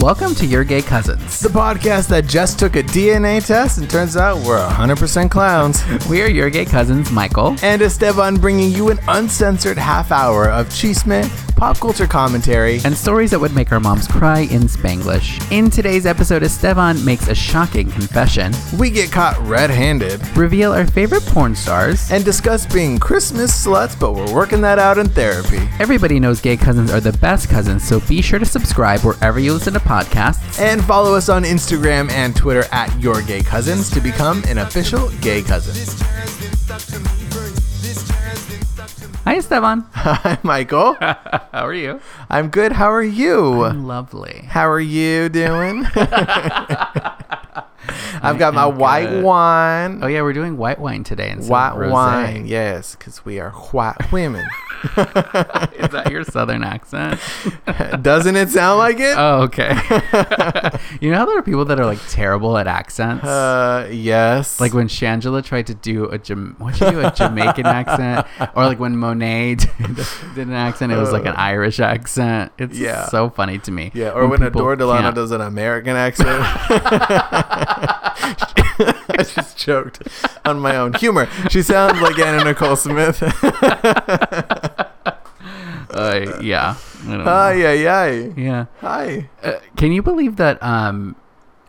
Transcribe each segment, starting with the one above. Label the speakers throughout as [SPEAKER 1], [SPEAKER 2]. [SPEAKER 1] Welcome to Your Gay Cousins.
[SPEAKER 2] The podcast that just took a DNA test and turns out we're 100% clowns.
[SPEAKER 1] We are Your Gay Cousins, Michael.
[SPEAKER 2] And Esteban bringing you an uncensored half hour of chisme, pop culture commentary,
[SPEAKER 1] And stories that would make our moms cry in Spanglish. In today's episode, Esteban makes a shocking confession,
[SPEAKER 2] we get caught red handed,
[SPEAKER 1] reveal our favorite porn stars,
[SPEAKER 2] and discuss being Christmas sluts, but we're working that out in therapy.
[SPEAKER 1] everybody knows gay cousins are the best cousins, so be sure to subscribe wherever you listen to podcasts.
[SPEAKER 2] And follow us on Instagram and Twitter at Your Gay Cousins to become an official gay cousin.
[SPEAKER 1] Hi, Esteban.
[SPEAKER 2] Hi, Michael.
[SPEAKER 1] How are you?
[SPEAKER 2] I'm good. How are you?
[SPEAKER 1] Lovely.
[SPEAKER 2] How are you doing? I've got my
[SPEAKER 1] am
[SPEAKER 2] white
[SPEAKER 1] good.
[SPEAKER 2] wine.
[SPEAKER 1] Oh, yeah, we're doing white wine today instead
[SPEAKER 2] White
[SPEAKER 1] of rosé.
[SPEAKER 2] wine, yes, because we are white women.
[SPEAKER 1] Is that your southern accent?
[SPEAKER 2] Doesn't it sound like it?
[SPEAKER 1] Oh, okay. you know how there are people that are like terrible at accents?
[SPEAKER 2] Uh, yes.
[SPEAKER 1] Like when Shangela tried to do a Jam- what she do a Jamaican accent, or like when Monet did did an accent, it was like an Irish accent. It's
[SPEAKER 2] Uh. Yeah.
[SPEAKER 1] so funny to me.
[SPEAKER 2] yeah, or when,
[SPEAKER 1] people
[SPEAKER 2] Adore Delano
[SPEAKER 1] can't-
[SPEAKER 2] does an American accent. I just joked on my own humor. She sounds like Anna Nicole Smith.
[SPEAKER 1] Uh, yeah. I don't know.
[SPEAKER 2] Ay, ay, ay.
[SPEAKER 1] yeah.
[SPEAKER 2] Hi.
[SPEAKER 1] Uh, can you believe that? Um,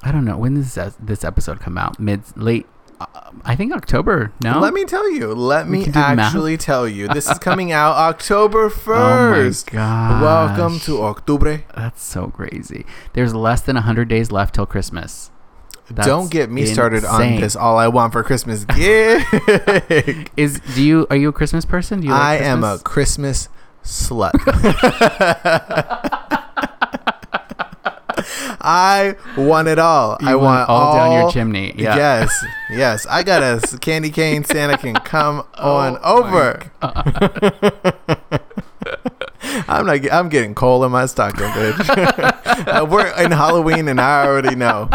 [SPEAKER 1] I don't know when this this episode come out. Mid late, uh, I think October. No.
[SPEAKER 2] Let me tell you. Let me
[SPEAKER 1] can do math.
[SPEAKER 2] actually tell you. This is coming out October
[SPEAKER 1] Oh my
[SPEAKER 2] 1st.
[SPEAKER 1] gosh.
[SPEAKER 2] Welcome to Octubre.
[SPEAKER 1] That's so crazy. There's less than 100 days left till Christmas. That's
[SPEAKER 2] Don't get me started on
[SPEAKER 1] insane.
[SPEAKER 2] this. All I want for Christmas gig.
[SPEAKER 1] Is do you are you a Christmas person? Do you like
[SPEAKER 2] I am a
[SPEAKER 1] Christmas?
[SPEAKER 2] Christmas slut. I want it all.
[SPEAKER 1] You
[SPEAKER 2] I
[SPEAKER 1] want
[SPEAKER 2] want
[SPEAKER 1] it all down your chimney. Yeah.
[SPEAKER 2] Yes. Yes. I got a s- candy cane. Santa can come on
[SPEAKER 1] Oh my
[SPEAKER 2] over. I'm not. ge- I'm getting coal in my stocking, bitch. Uh, We're in Halloween, and I already know.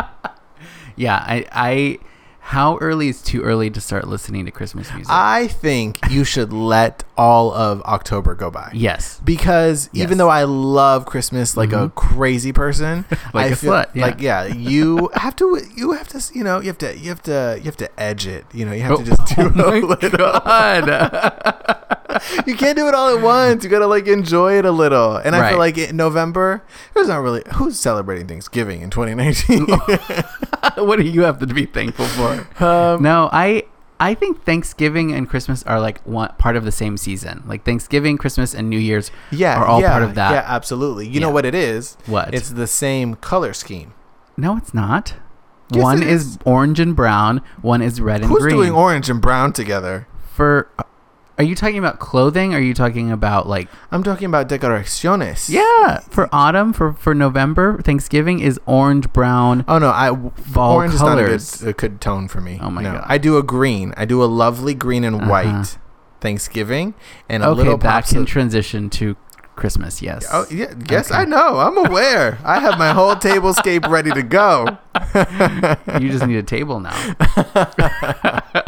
[SPEAKER 1] Yeah, I, I. How early is too early to start listening to Christmas music?
[SPEAKER 2] I think you should let all of October go by.
[SPEAKER 1] yes.
[SPEAKER 2] because
[SPEAKER 1] Yes. Mm-hmm.
[SPEAKER 2] even though I love Christmas like a crazy person,
[SPEAKER 1] Like
[SPEAKER 2] I
[SPEAKER 1] a slut, yeah.
[SPEAKER 2] like yeah, you have to you have to you know you have to you have to you have to edge it. You know you have
[SPEAKER 1] Oh,
[SPEAKER 2] to just do
[SPEAKER 1] oh my
[SPEAKER 2] a little.
[SPEAKER 1] God.
[SPEAKER 2] You can't do it all at once. You gotta like enjoy it a little. And I feel
[SPEAKER 1] Right.
[SPEAKER 2] like in November, there's not really who's celebrating Thanksgiving in 2019.
[SPEAKER 1] what do you have to be thankful for?
[SPEAKER 2] um,
[SPEAKER 1] no, I. I think Thanksgiving and Christmas are like one part of the same season. Like Thanksgiving, Christmas, and New Year's
[SPEAKER 2] yeah,
[SPEAKER 1] are all
[SPEAKER 2] yeah,
[SPEAKER 1] part of that.
[SPEAKER 2] Yeah, absolutely. You know
[SPEAKER 1] Yeah.
[SPEAKER 2] what it is?
[SPEAKER 1] What?
[SPEAKER 2] It's the same color scheme.
[SPEAKER 1] No, it's not.
[SPEAKER 2] Yes,
[SPEAKER 1] one
[SPEAKER 2] it
[SPEAKER 1] is.
[SPEAKER 2] is.
[SPEAKER 1] orange and brown. One is red and
[SPEAKER 2] Who's
[SPEAKER 1] green.
[SPEAKER 2] doing orange and brown together?
[SPEAKER 1] For are you talking about clothing? Are you talking about like
[SPEAKER 2] I'm talking about decoraciones.
[SPEAKER 1] yeah? For autumn, for for November, Thanksgiving is orange, brown.
[SPEAKER 2] Oh no, I w-
[SPEAKER 1] Fall
[SPEAKER 2] orange is
[SPEAKER 1] colors.
[SPEAKER 2] not a good, a good tone for me.
[SPEAKER 1] Oh my
[SPEAKER 2] No.
[SPEAKER 1] God.
[SPEAKER 2] I do a green. I do a lovely green and
[SPEAKER 1] Uh-huh.
[SPEAKER 2] white Thanksgiving and a
[SPEAKER 1] okay,
[SPEAKER 2] little
[SPEAKER 1] that
[SPEAKER 2] pops
[SPEAKER 1] can
[SPEAKER 2] of-
[SPEAKER 1] transition to Christmas. Yes.
[SPEAKER 2] Oh yeah, yes,
[SPEAKER 1] Okay.
[SPEAKER 2] I know. I'm aware. I have my whole tablescape ready to go.
[SPEAKER 1] you just need a table now.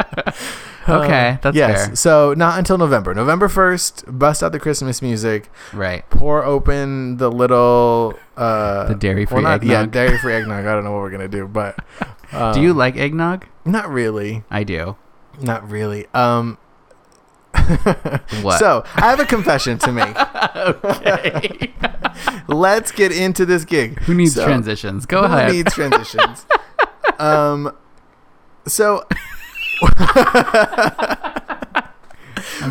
[SPEAKER 1] okay, that's
[SPEAKER 2] Uh, yes. So not until November. November first, bust out the Christmas music.
[SPEAKER 1] fair. Right.
[SPEAKER 2] Pour open the little uh,
[SPEAKER 1] The dairy-free
[SPEAKER 2] well, not- Yeah,
[SPEAKER 1] eggnog.
[SPEAKER 2] dairy free eggnog. I don't know what we're gonna do, but um,
[SPEAKER 1] do you like eggnog?
[SPEAKER 2] Not really.
[SPEAKER 1] I do.
[SPEAKER 2] Not really. Um.
[SPEAKER 1] What?
[SPEAKER 2] So I have a confession to make.
[SPEAKER 1] okay.
[SPEAKER 2] Let's get into this gig.
[SPEAKER 1] Who needs
[SPEAKER 2] So-
[SPEAKER 1] transitions? Go
[SPEAKER 2] Who
[SPEAKER 1] ahead.
[SPEAKER 2] needs transitions? um, so
[SPEAKER 1] I'm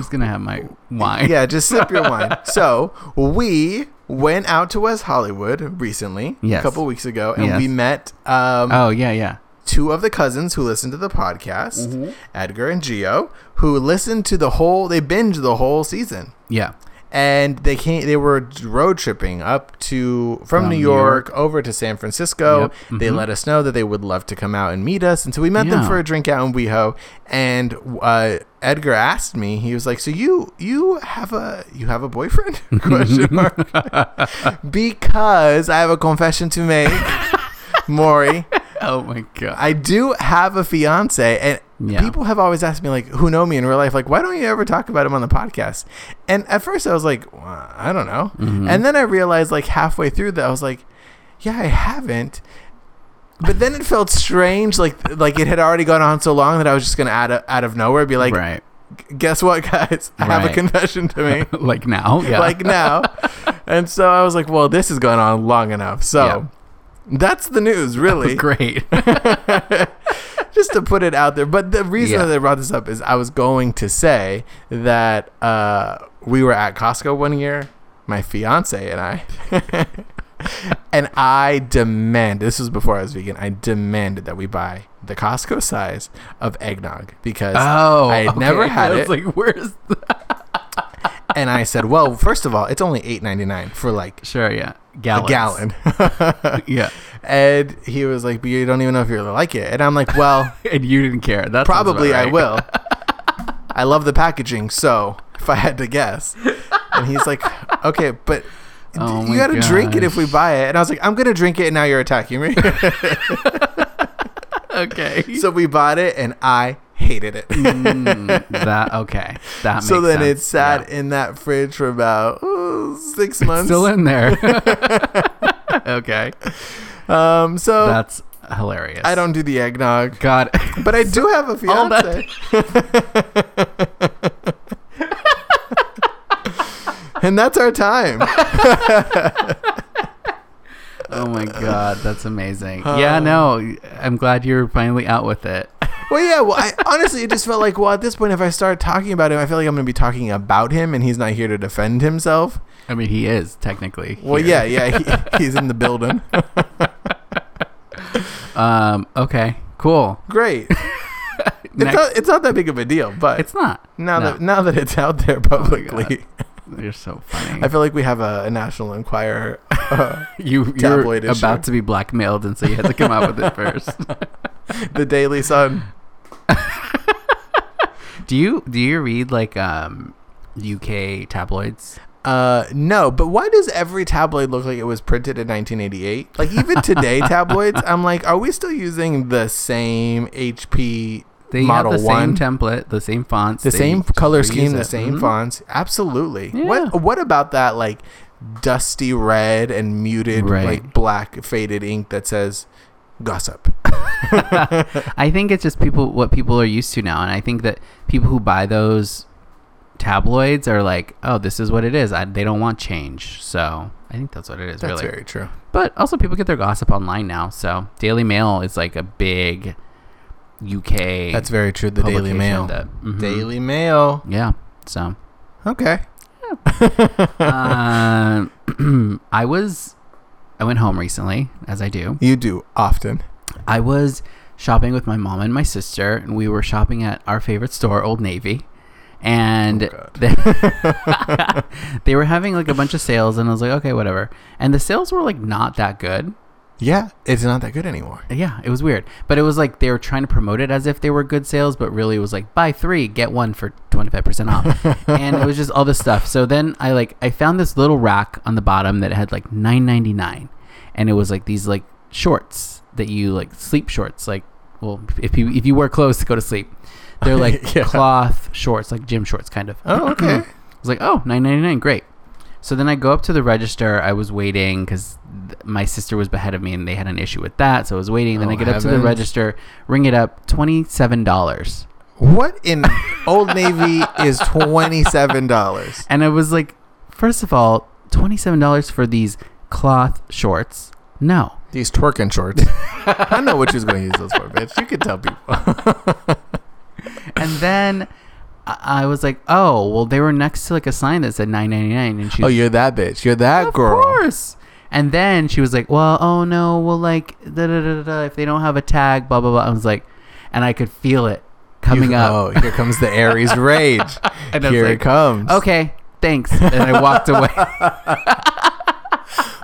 [SPEAKER 1] just gonna have my wine.
[SPEAKER 2] yeah, just sip your wine. So we went out to West Hollywood recently,
[SPEAKER 1] Yes.
[SPEAKER 2] a couple weeks ago, and
[SPEAKER 1] Yes.
[SPEAKER 2] we met um,
[SPEAKER 1] Oh yeah, yeah.
[SPEAKER 2] two of the cousins who listen to the podcast,
[SPEAKER 1] Mm-hmm.
[SPEAKER 2] Edgar and Gio, who listened to the whole. They binged the whole season.
[SPEAKER 1] Yeah.
[SPEAKER 2] and they came they were road tripping up to from,
[SPEAKER 1] From
[SPEAKER 2] new
[SPEAKER 1] New
[SPEAKER 2] york, over to san francisco
[SPEAKER 1] Yep,
[SPEAKER 2] they
[SPEAKER 1] mhm.
[SPEAKER 2] let us know that they would love to come out and meet us and so we met them
[SPEAKER 1] Yeah.
[SPEAKER 2] for a drink out in weho and uh, edgar asked me he was like so you you have a you have a boyfriend question mark because i have a confession to make maury
[SPEAKER 1] Oh my god.
[SPEAKER 2] I do have a fiance, and
[SPEAKER 1] Yeah.
[SPEAKER 2] people have always asked me, like, who know me in real life, like, why don't you ever talk about him on the podcast?
[SPEAKER 1] Mm-hmm. Hmm.
[SPEAKER 2] And at first, I was like, well, I don't know. And then I realized, like, halfway through that, I was like, yeah, I haven't. But then it felt strange, like like it had already gone on so long that I was just gonna out of, out of nowhere be like,
[SPEAKER 1] right.
[SPEAKER 2] guess what, guys, I have a
[SPEAKER 1] Right.
[SPEAKER 2] confession to make.
[SPEAKER 1] like now. Yeah.
[SPEAKER 2] like now. and so I was like, well, this has gone on long enough. So that's the news, really.
[SPEAKER 1] Great.
[SPEAKER 2] Just to put it out there. But the reason
[SPEAKER 1] Yeah.
[SPEAKER 2] that I brought this up is I was going to say that uh, we were at Costco one year, my fiance and I. and I demanded, this was before I was vegan, I demanded that we buy the Costco size of eggnog because
[SPEAKER 1] Oh,
[SPEAKER 2] I had never had
[SPEAKER 1] I was
[SPEAKER 2] it.
[SPEAKER 1] like, where's the
[SPEAKER 2] and I said, well, first of all, it's only eight ninety nine for like
[SPEAKER 1] sure? Yeah, gallons.
[SPEAKER 2] a gallon.
[SPEAKER 1] Yeah,
[SPEAKER 2] And he was like, "But you don't even know if you're gonna like it." And I'm like, "Well,
[SPEAKER 1] and you didn't care. That sounds about
[SPEAKER 2] probably I
[SPEAKER 1] right.
[SPEAKER 2] will. I love the packaging, so if I had to guess." And he's like, "Okay, but d-
[SPEAKER 1] Oh
[SPEAKER 2] you
[SPEAKER 1] my
[SPEAKER 2] gotta drink it if we
[SPEAKER 1] gosh.
[SPEAKER 2] buy it." And I was like, "I'm gonna drink it, and now you're attacking me."
[SPEAKER 1] Okay.
[SPEAKER 2] so we bought it, and I hated it.
[SPEAKER 1] Mm, that okay. That makes
[SPEAKER 2] so then
[SPEAKER 1] sense.
[SPEAKER 2] it sat
[SPEAKER 1] Yeah.
[SPEAKER 2] in that fridge for about ooh, six months.
[SPEAKER 1] still in there. okay,
[SPEAKER 2] um, so
[SPEAKER 1] that's hilarious.
[SPEAKER 2] I don't do the eggnog,
[SPEAKER 1] God.
[SPEAKER 2] but I do have a
[SPEAKER 1] All that-
[SPEAKER 2] fiance. and that's our time.
[SPEAKER 1] Oh my God, that's amazing. yeah, no, I'm glad you're finally out with it.
[SPEAKER 2] Well, yeah. Well, I honestly, it just felt like, well, at this point, if I start talking about him, I feel like I'm going to be talking about him, and he's not here to defend himself.
[SPEAKER 1] I mean, he is technically.
[SPEAKER 2] Well,
[SPEAKER 1] here.
[SPEAKER 2] yeah, yeah, he, he's in the building.
[SPEAKER 1] Um. Okay. Cool.
[SPEAKER 2] Great. It's
[SPEAKER 1] Next-
[SPEAKER 2] not, it's not that big of a deal, but
[SPEAKER 1] it's not.
[SPEAKER 2] now
[SPEAKER 1] no. Oh
[SPEAKER 2] that now that it's out there publicly,
[SPEAKER 1] You're so funny.
[SPEAKER 2] I feel like we have a, a National Enquirer.
[SPEAKER 1] you, you're
[SPEAKER 2] tabloid
[SPEAKER 1] about
[SPEAKER 2] issue.
[SPEAKER 1] to be blackmailed, and so you had to come out with it first.
[SPEAKER 2] the Daily Sun.
[SPEAKER 1] Do you do you read like um UK tabloids?
[SPEAKER 2] Uh, no, but why does every tabloid look like it was printed in 1988? Like even today, tabloids. I'm like, are we still using the same HP
[SPEAKER 1] They
[SPEAKER 2] model
[SPEAKER 1] have the
[SPEAKER 2] one,
[SPEAKER 1] same template, the same fonts,
[SPEAKER 2] the
[SPEAKER 1] they
[SPEAKER 2] same
[SPEAKER 1] just
[SPEAKER 2] color
[SPEAKER 1] reuse
[SPEAKER 2] scheme, the
[SPEAKER 1] it.
[SPEAKER 2] same
[SPEAKER 1] Mhm.
[SPEAKER 2] fonts? Absolutely.
[SPEAKER 1] Yeah.
[SPEAKER 2] What What about that like dusty red and muted
[SPEAKER 1] Right.
[SPEAKER 2] like black faded ink that says gossip?
[SPEAKER 1] I think it's just people what people are used to now, and I think that people who buy those tabloids are like, oh, this is what it is. I, they don't want change, so I think that's what it is.
[SPEAKER 2] That's
[SPEAKER 1] really,
[SPEAKER 2] very true.
[SPEAKER 1] But also, people get their gossip online now. So Daily Mail is like a big UK.
[SPEAKER 2] That's very true. The Daily
[SPEAKER 1] publication
[SPEAKER 2] Mail.
[SPEAKER 1] that- mhm.
[SPEAKER 2] Daily Mail.
[SPEAKER 1] Yeah. So
[SPEAKER 2] Okay.
[SPEAKER 1] um, I was, I went home recently, as I do.
[SPEAKER 2] You do often.
[SPEAKER 1] I was shopping with my mom and my sister, and we were shopping at our favorite store, Old Navy. And
[SPEAKER 2] Oh, God.
[SPEAKER 1] they, they were having like a bunch of sales, and I was like, okay, whatever. And the sales were like not that good.
[SPEAKER 2] Yeah, it's not that good anymore.
[SPEAKER 1] Yeah, it was weird. But it was like they were trying to promote it as if they were good sales, but really it was like buy three, get one for 25% off. and it was just all this stuff. So then I like I found this little rack on the bottom that had like 9.99 and it was like these like shorts that you like sleep shorts like well if you if you wear clothes to go to sleep. They're like
[SPEAKER 2] Yeah.
[SPEAKER 1] cloth shorts, like gym shorts kind of.
[SPEAKER 2] Oh, okay.
[SPEAKER 1] I was like, oh, 9.99, great. So then I go up to the register. I was waiting because th- my sister was ahead of me and they had an issue with that. So I was waiting. Then
[SPEAKER 2] Oh,
[SPEAKER 1] I get up to the
[SPEAKER 2] heavens.
[SPEAKER 1] register, ring it up, $27.
[SPEAKER 2] What in Old Navy is twenty seven dollars?
[SPEAKER 1] And I was like, first of all, $27 for these cloth shorts? No.
[SPEAKER 2] These twerking shorts. I know what you was gonna use those for, bitch. You could tell people.
[SPEAKER 1] And then I I was like, oh, well, they were next to like a sign that said 9.99. And she
[SPEAKER 2] Oh, you're that bitch. You're that
[SPEAKER 1] of
[SPEAKER 2] girl.
[SPEAKER 1] course. And then she was like, "Well, oh no, well like da da da da, da if they don't have a tag, blah blah blah." I was like, and I could feel it coming
[SPEAKER 2] You-
[SPEAKER 1] up.
[SPEAKER 2] Oh, here comes the Aries rage.
[SPEAKER 1] And I was
[SPEAKER 2] here
[SPEAKER 1] like,
[SPEAKER 2] it comes.
[SPEAKER 1] Okay, thanks. And I walked away.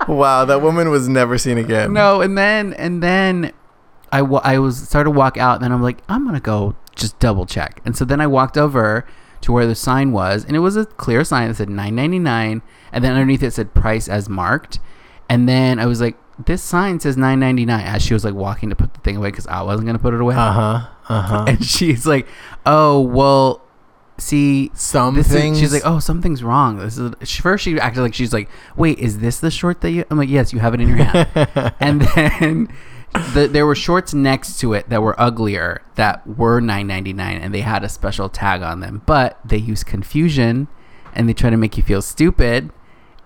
[SPEAKER 2] Wow, that woman was never seen again.
[SPEAKER 1] no, and then and then I wa- I was started to walk out, and then I'm like, I'm gonna go just double check. And so then I walked over to where the sign was, and it was a clear sign that said 9.99, and then underneath it said price as marked. And then I was like, this sign says 9.99. As she was like walking to put
[SPEAKER 2] Uh-huh.
[SPEAKER 1] the thing away, because I wasn't gonna put it away.
[SPEAKER 2] Uh huh. Uh huh.
[SPEAKER 1] and she's like, "Oh well, see
[SPEAKER 2] Some
[SPEAKER 1] this is-
[SPEAKER 2] things.
[SPEAKER 1] she's like, oh, something's wrong. This is she- first she acted like she's like, wait, is this the short that you? I'm like, yes, you have it in your hand. and then the, there were shorts next to it that were uglier that were 9.99 and they had a special tag on them, but they use confusion and they try to make you feel stupid.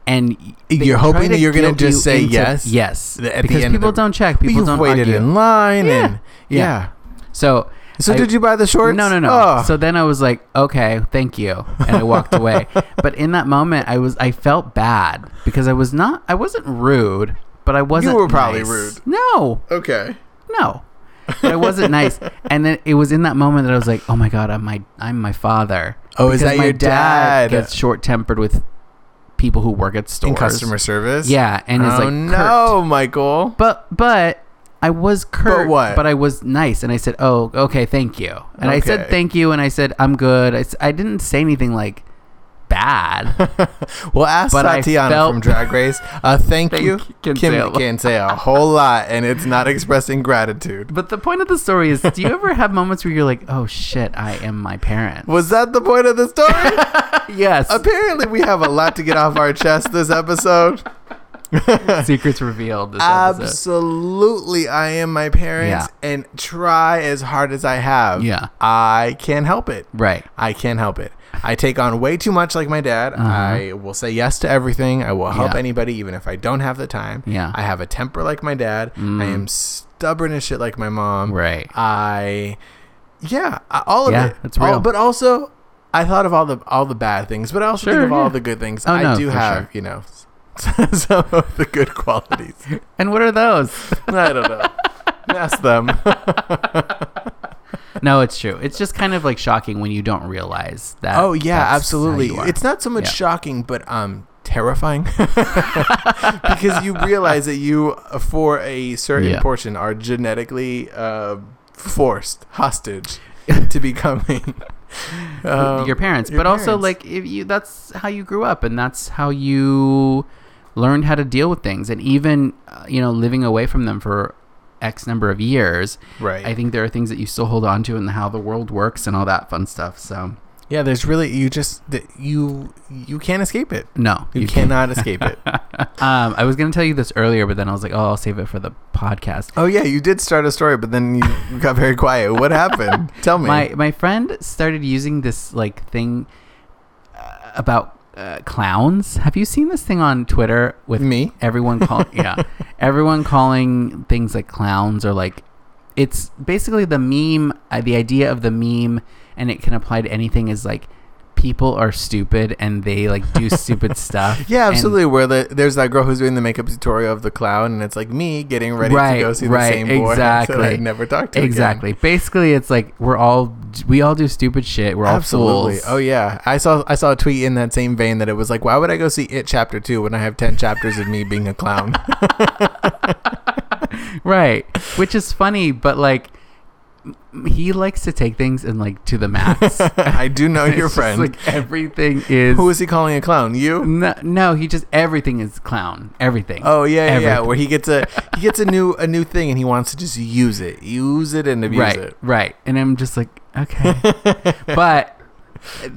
[SPEAKER 1] And y- they
[SPEAKER 2] You're
[SPEAKER 1] try
[SPEAKER 2] hoping
[SPEAKER 1] to
[SPEAKER 2] that you're gonna
[SPEAKER 1] guilt
[SPEAKER 2] just
[SPEAKER 1] you
[SPEAKER 2] say
[SPEAKER 1] into-
[SPEAKER 2] yes
[SPEAKER 1] yes,
[SPEAKER 2] at the
[SPEAKER 1] because
[SPEAKER 2] end of
[SPEAKER 1] people
[SPEAKER 2] the-
[SPEAKER 1] don't check, people
[SPEAKER 2] You've
[SPEAKER 1] don't
[SPEAKER 2] waited
[SPEAKER 1] argue.
[SPEAKER 2] in line
[SPEAKER 1] Yeah.
[SPEAKER 2] and yeah.
[SPEAKER 1] So
[SPEAKER 2] So
[SPEAKER 1] I-
[SPEAKER 2] did you buy the shorts?
[SPEAKER 1] no, no, no.
[SPEAKER 2] Oh.
[SPEAKER 1] So then I was like, okay, thank you, and I walked away. But in that moment, I was I felt bad because I was not I wasn't rude, but I wasn't.
[SPEAKER 2] were probably
[SPEAKER 1] nice.
[SPEAKER 2] rude.
[SPEAKER 1] No,
[SPEAKER 2] okay.
[SPEAKER 1] no, but I wasn't nice. And then it was in that moment that I was like, oh my god, I'm my I'm my father.
[SPEAKER 2] Oh, is
[SPEAKER 1] Because
[SPEAKER 2] that
[SPEAKER 1] my
[SPEAKER 2] your dad?
[SPEAKER 1] Gets short tempered with people who work at stores.
[SPEAKER 2] in customer service.
[SPEAKER 1] Yeah, and
[SPEAKER 2] oh
[SPEAKER 1] is like curt.
[SPEAKER 2] no, Michael.
[SPEAKER 1] But but I was curt.
[SPEAKER 2] what?
[SPEAKER 1] I was nice, and I said, "Oh, okay, thank you." And I said,
[SPEAKER 2] Okay.
[SPEAKER 1] "Thank you," and I said, "I'm good." I, s- I didn't say anything like bad.
[SPEAKER 2] Well, ask
[SPEAKER 1] But I
[SPEAKER 2] Tatiana
[SPEAKER 1] felt-
[SPEAKER 2] from Drag Race. Uh, thank,
[SPEAKER 1] Thank
[SPEAKER 2] you.
[SPEAKER 1] can
[SPEAKER 2] Kim
[SPEAKER 1] say a lot.
[SPEAKER 2] can say a whole lot, and it's not expressing gratitude.
[SPEAKER 1] but the point of the story is, do you ever have moments where you're like, "Oh shit, I am my parent"?
[SPEAKER 2] Was that the point of the story?
[SPEAKER 1] yes.
[SPEAKER 2] Apparently, we have a lot to get off our chest this episode.
[SPEAKER 1] Secrets revealed. This episode.
[SPEAKER 2] Absolutely, I am my parents, and try as hard as I have.
[SPEAKER 1] Yeah.
[SPEAKER 2] I can't help it.
[SPEAKER 1] Right.
[SPEAKER 2] I can't help it. I take on way too much like my dad. I will say yes to everything. I will help
[SPEAKER 1] Uh-huh. Yeah.
[SPEAKER 2] anybody, even if I don't have the time.
[SPEAKER 1] Yeah. Mm.
[SPEAKER 2] I have a temper like my dad. I am stubborn as shit like my mom.
[SPEAKER 1] Right.
[SPEAKER 2] I, yeah, I- all of
[SPEAKER 1] Yeah,
[SPEAKER 2] it.
[SPEAKER 1] that's
[SPEAKER 2] All-
[SPEAKER 1] real.
[SPEAKER 2] but also, I thought of all the all the bad things, but I also
[SPEAKER 1] Sure,
[SPEAKER 2] think of all
[SPEAKER 1] yeah.
[SPEAKER 2] the good things.
[SPEAKER 1] Oh,
[SPEAKER 2] I
[SPEAKER 1] no,
[SPEAKER 2] do
[SPEAKER 1] for
[SPEAKER 2] have,
[SPEAKER 1] sure.
[SPEAKER 2] you know, some of the good qualities.
[SPEAKER 1] And what are those?
[SPEAKER 2] I don't know. Ask them.
[SPEAKER 1] no, it's true. It's just kind of like shocking when you don't realize that.
[SPEAKER 2] Oh yeah,
[SPEAKER 1] that's how
[SPEAKER 2] absolutely.
[SPEAKER 1] you are.
[SPEAKER 2] It's not so much
[SPEAKER 1] Yeah.
[SPEAKER 2] shocking, but um, terrifying because you realize that you, uh, for a certain
[SPEAKER 1] Yeah.
[SPEAKER 2] portion, are genetically uh, forced hostage to becoming um,
[SPEAKER 1] your parents,
[SPEAKER 2] your
[SPEAKER 1] but also
[SPEAKER 2] parents.
[SPEAKER 1] like if you that's how you grew up and that's how you learned how to deal with things and even uh, you know living away from them for x number of years
[SPEAKER 2] right.
[SPEAKER 1] i think there are things that you still hold on to and how the world works and all that fun stuff so
[SPEAKER 2] yeah, there's really you just that you you can't escape it.
[SPEAKER 1] no
[SPEAKER 2] You,
[SPEAKER 1] can't.
[SPEAKER 2] cannot escape it.
[SPEAKER 1] um, i was going to tell you this earlier but then i was like oh i'll save it for the podcast
[SPEAKER 2] Oh yeah, you did start a story, but then you got very quiet. What happened? Tell me.
[SPEAKER 1] my my friend started using this like thing uh, about uh, clowns have you seen this thing on twitter with
[SPEAKER 2] me.
[SPEAKER 1] Everyone call yeah. Everyone calling things like clowns or like it's basically the meme, uh, the idea of the meme and it can apply to anything is like people are stupid and they like do stupid stuff.
[SPEAKER 2] Yeah,
[SPEAKER 1] and-
[SPEAKER 2] absolutely. Where the, there's that girl who's doing the makeup tutorial of the clown, and it's like me getting ready to
[SPEAKER 1] Right,
[SPEAKER 2] go see
[SPEAKER 1] right,
[SPEAKER 2] the same boy that I
[SPEAKER 1] exactly.
[SPEAKER 2] never talked to.
[SPEAKER 1] exactly. Basically it's like we're all we all do stupid shit. We're
[SPEAKER 2] Again.
[SPEAKER 1] all
[SPEAKER 2] Absolutely.
[SPEAKER 1] fools.
[SPEAKER 2] Oh yeah, I saw I saw a tweet in that same vein that it was like, why would I go see it chapter two when I have ten chapters of me being a clown?
[SPEAKER 1] Right. Which is funny, but like m- he likes to take things and like to the max.
[SPEAKER 2] I do know
[SPEAKER 1] It's
[SPEAKER 2] your
[SPEAKER 1] just,
[SPEAKER 2] friend.
[SPEAKER 1] Like everything is
[SPEAKER 2] Who is he calling a clown? You?
[SPEAKER 1] No, no, he just everything is clown. Everything.
[SPEAKER 2] Oh yeah, yeah, yeah.
[SPEAKER 1] Everything.
[SPEAKER 2] Where he gets a he gets a new a new thing and he wants to just use it, use it and abuse
[SPEAKER 1] right,
[SPEAKER 2] it.
[SPEAKER 1] right. And I'm just like, okay, but,
[SPEAKER 2] But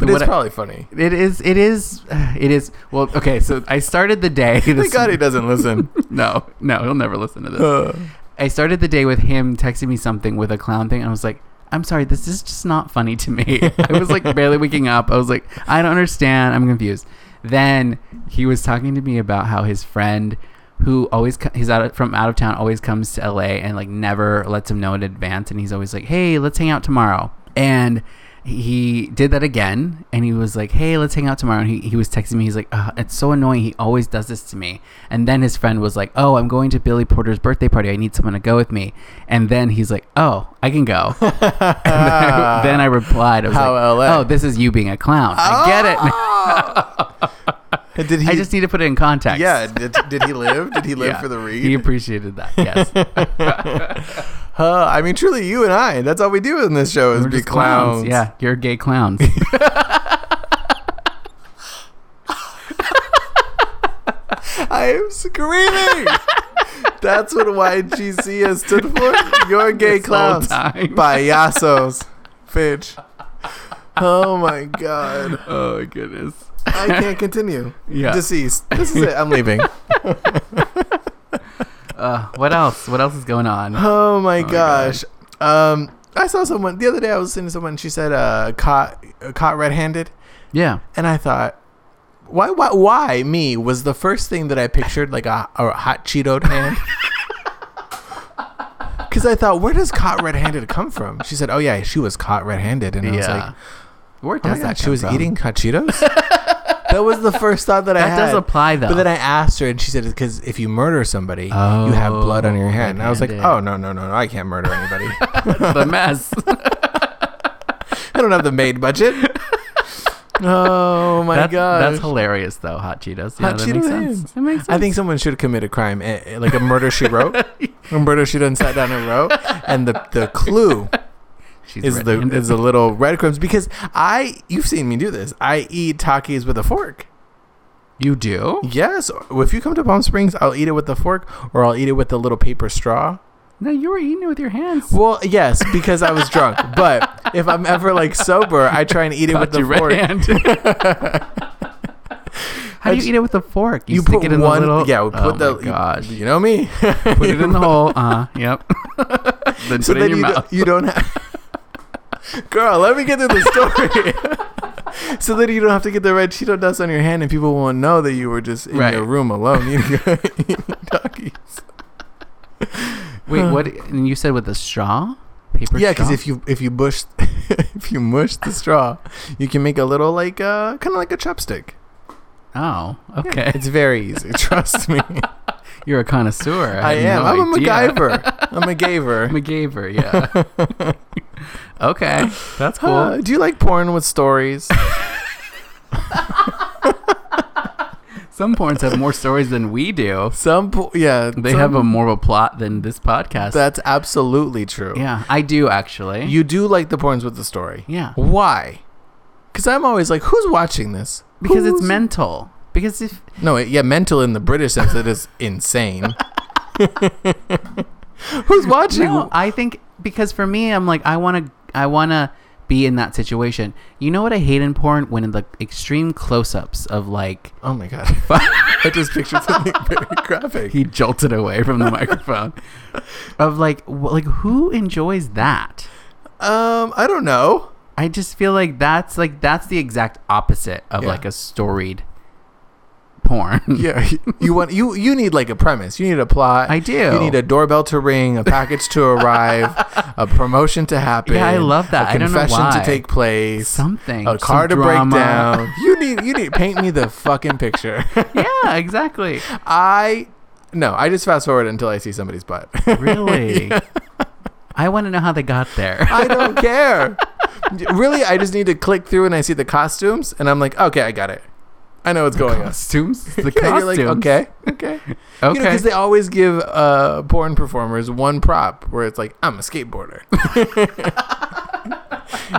[SPEAKER 2] it's
[SPEAKER 1] what I-
[SPEAKER 2] probably funny.
[SPEAKER 1] it is, it is, it is. Well, okay. So I started the day.
[SPEAKER 2] Thank God he doesn't listen.
[SPEAKER 1] no, no, he'll never listen to this.
[SPEAKER 2] Uh,
[SPEAKER 1] I started the day with him texting me something with a clown thing, and I was like, I'm sorry, this is just not funny to me. I was like barely waking up. I was like, I don't understand. I'm confused. Then he was talking to me about how his friend, who always co- he's out of, from out of town, always comes to LA and like never lets him know in advance, and he's always like, Hey, let's hang out tomorrow. And he did that again and he was like hey let's hang out tomorrow and he, he was texting me he's like Ugh, it's so annoying he always does this to me and then his friend was like oh i'm going to billy porter's birthday party i need someone to go with me and then he's like oh i can go and then, I, then I replied i was
[SPEAKER 2] How
[SPEAKER 1] like
[SPEAKER 2] LA.
[SPEAKER 1] oh this is you being a clown i get it
[SPEAKER 2] it. Oh! Did he?
[SPEAKER 1] i just need to put it in context
[SPEAKER 2] Yeah. Did, did he live? Did he live
[SPEAKER 1] Yeah.
[SPEAKER 2] for the read?
[SPEAKER 1] he appreciated that yes
[SPEAKER 2] Huh, I mean, truly, you and I—that's all we do in this show is
[SPEAKER 1] We're
[SPEAKER 2] be
[SPEAKER 1] just
[SPEAKER 2] clowns.
[SPEAKER 1] yeah you're gay clowns
[SPEAKER 2] I am screaming. that's what YGC has stood for. You're gay
[SPEAKER 1] This whole
[SPEAKER 2] clowns,
[SPEAKER 1] time.
[SPEAKER 2] payasos, bitch. oh my god.
[SPEAKER 1] Oh my goodness.
[SPEAKER 2] I can't continue.
[SPEAKER 1] Yeah.
[SPEAKER 2] Deceased. This is it. I'm leaving. Oh
[SPEAKER 1] Uh, what else? What else is going on?
[SPEAKER 2] Oh my
[SPEAKER 1] God.
[SPEAKER 2] gosh. Um, I saw someone the other day. I was listening to someone. She said, uh, "Caught, uh, caught red-handed,"
[SPEAKER 1] Yeah.
[SPEAKER 2] and I thought, "Why, why, why me?" Was the first thing that I pictured like a, a hot Cheeto hand. Because I thought, where does caught red-handed come from? She said, "Oh yeah, she was caught red-handed," and I was like,
[SPEAKER 1] Where
[SPEAKER 2] "Oh
[SPEAKER 1] does
[SPEAKER 2] my
[SPEAKER 1] that
[SPEAKER 2] god, she
[SPEAKER 1] come
[SPEAKER 2] was
[SPEAKER 1] from?
[SPEAKER 2] eating hot Cheetos." that was the first thought that, I
[SPEAKER 1] That
[SPEAKER 2] had.
[SPEAKER 1] does apply though.
[SPEAKER 2] But then I asked her, and she said, "Because if you murder somebody, you have blood on your
[SPEAKER 1] Oh,
[SPEAKER 2] hand." And I was like,
[SPEAKER 1] red-handed.
[SPEAKER 2] "Oh no, no, no, no! I can't murder anybody.
[SPEAKER 1] the
[SPEAKER 2] Oh
[SPEAKER 1] mess.
[SPEAKER 2] I don't have the maid budget." oh my
[SPEAKER 1] that's,
[SPEAKER 2] god,
[SPEAKER 1] that's hilarious though. Hot Cheetos. Yeah,
[SPEAKER 2] Hot
[SPEAKER 1] that makes
[SPEAKER 2] Cheeto
[SPEAKER 1] sense.
[SPEAKER 2] hands.
[SPEAKER 1] It makes sense.
[SPEAKER 2] I think someone should commit a crime, eh, eh, like a murder she wrote. a murder she done sat down and wrote, and the the clue
[SPEAKER 1] she's
[SPEAKER 2] is the
[SPEAKER 1] red-handed.
[SPEAKER 2] is the little red crumbs because I you've seen me do this. I eat Takis with a fork.
[SPEAKER 1] you do.
[SPEAKER 2] Yes, if you come to Palm Springs, I'll eat it with a fork, or I'll eat it with a little paper straw.
[SPEAKER 1] No, you were eating it with your hands.
[SPEAKER 2] Well, yes, because I was drunk. But if I'm ever like sober, I try and eat it
[SPEAKER 1] Caught
[SPEAKER 2] with the
[SPEAKER 1] you red
[SPEAKER 2] fork.
[SPEAKER 1] handed. How do
[SPEAKER 2] I
[SPEAKER 1] you eat it with a fork?
[SPEAKER 2] You,
[SPEAKER 1] stick
[SPEAKER 2] put
[SPEAKER 1] it in
[SPEAKER 2] one,
[SPEAKER 1] the little.
[SPEAKER 2] yeah. We put
[SPEAKER 1] oh
[SPEAKER 2] the
[SPEAKER 1] my gosh.
[SPEAKER 2] You know me.
[SPEAKER 1] put it in the hole. Uh, yep. then
[SPEAKER 2] so
[SPEAKER 1] put it
[SPEAKER 2] uh-huh, then
[SPEAKER 1] in your
[SPEAKER 2] you,
[SPEAKER 1] mouth.
[SPEAKER 2] don't, you don't have. Girl, let me get through the story. so that you don't have to get the red Cheeto dust on your hand, and people won't know that you were just in
[SPEAKER 1] Right.
[SPEAKER 2] your room alone eating, eating doggies.
[SPEAKER 1] Wait, what? And you said with a straw, paper.
[SPEAKER 2] Yeah,
[SPEAKER 1] straw?
[SPEAKER 2] because if you if you bush if you mush the straw, you can make a little like uh kind of like a chopstick.
[SPEAKER 1] Oh, okay.
[SPEAKER 2] Yeah, it's very easy. Trust me.
[SPEAKER 1] You're a connoisseur.
[SPEAKER 2] I,
[SPEAKER 1] had
[SPEAKER 2] am.
[SPEAKER 1] no
[SPEAKER 2] I'm
[SPEAKER 1] idea.
[SPEAKER 2] a MacGyver. I'm a gaver.
[SPEAKER 1] MacGyver. Yeah. okay, that's cool.
[SPEAKER 2] Uh, do you like porn with stories?
[SPEAKER 1] Some porns have more stories than we do.
[SPEAKER 2] Some, po- yeah,
[SPEAKER 1] They
[SPEAKER 2] some-
[SPEAKER 1] have a more of a plot than this podcast.
[SPEAKER 2] That's absolutely true.
[SPEAKER 1] yeah, eh? I do actually.
[SPEAKER 2] You do like the porns with the story.
[SPEAKER 1] yeah,
[SPEAKER 2] Why? Because I'm always like, who's watching this?
[SPEAKER 1] because it's
[SPEAKER 2] Who's-
[SPEAKER 1] mental. Because if
[SPEAKER 2] No, it, yeah, mental in the British sense, it is insane. who's watching?
[SPEAKER 1] No, I think because for me, I'm like I want to I want to be in that situation. You know what I hate in porn when in the extreme close-ups of like
[SPEAKER 2] Oh my god! I just pictured something very graphic.
[SPEAKER 1] he jolted away from the microphone of like wh- like who enjoys that?
[SPEAKER 2] Um, I don't know.
[SPEAKER 1] I just feel like that's like that's the exact opposite of
[SPEAKER 2] Yeah.
[SPEAKER 1] like a storied porn.
[SPEAKER 2] Yeah, you want you you need like a premise. You need a plot.
[SPEAKER 1] I do.
[SPEAKER 2] You need a doorbell to ring, a package to arrive, a promotion to happen.
[SPEAKER 1] Yeah, I love that.
[SPEAKER 2] A
[SPEAKER 1] I don't know
[SPEAKER 2] confession
[SPEAKER 1] why.
[SPEAKER 2] to take place.
[SPEAKER 1] something
[SPEAKER 2] a
[SPEAKER 1] some
[SPEAKER 2] car to
[SPEAKER 1] drama.
[SPEAKER 2] break down. You need you need paint me the fucking picture.
[SPEAKER 1] yeah, exactly.
[SPEAKER 2] I no, I just fast forward until I see somebody's butt.
[SPEAKER 1] Really. I want to know how they got there.
[SPEAKER 2] I don't care. really, I just need to click through and I see the costumes and I'm like, okay, I got it. I know what's going on.
[SPEAKER 1] Costumes, the
[SPEAKER 2] Yeah,
[SPEAKER 1] costumes.
[SPEAKER 2] Oh, You're like, um, okay, okay.
[SPEAKER 1] okay.
[SPEAKER 2] You know, because they always give uh, porn performers one prop where it's like, I'm a skateboarder.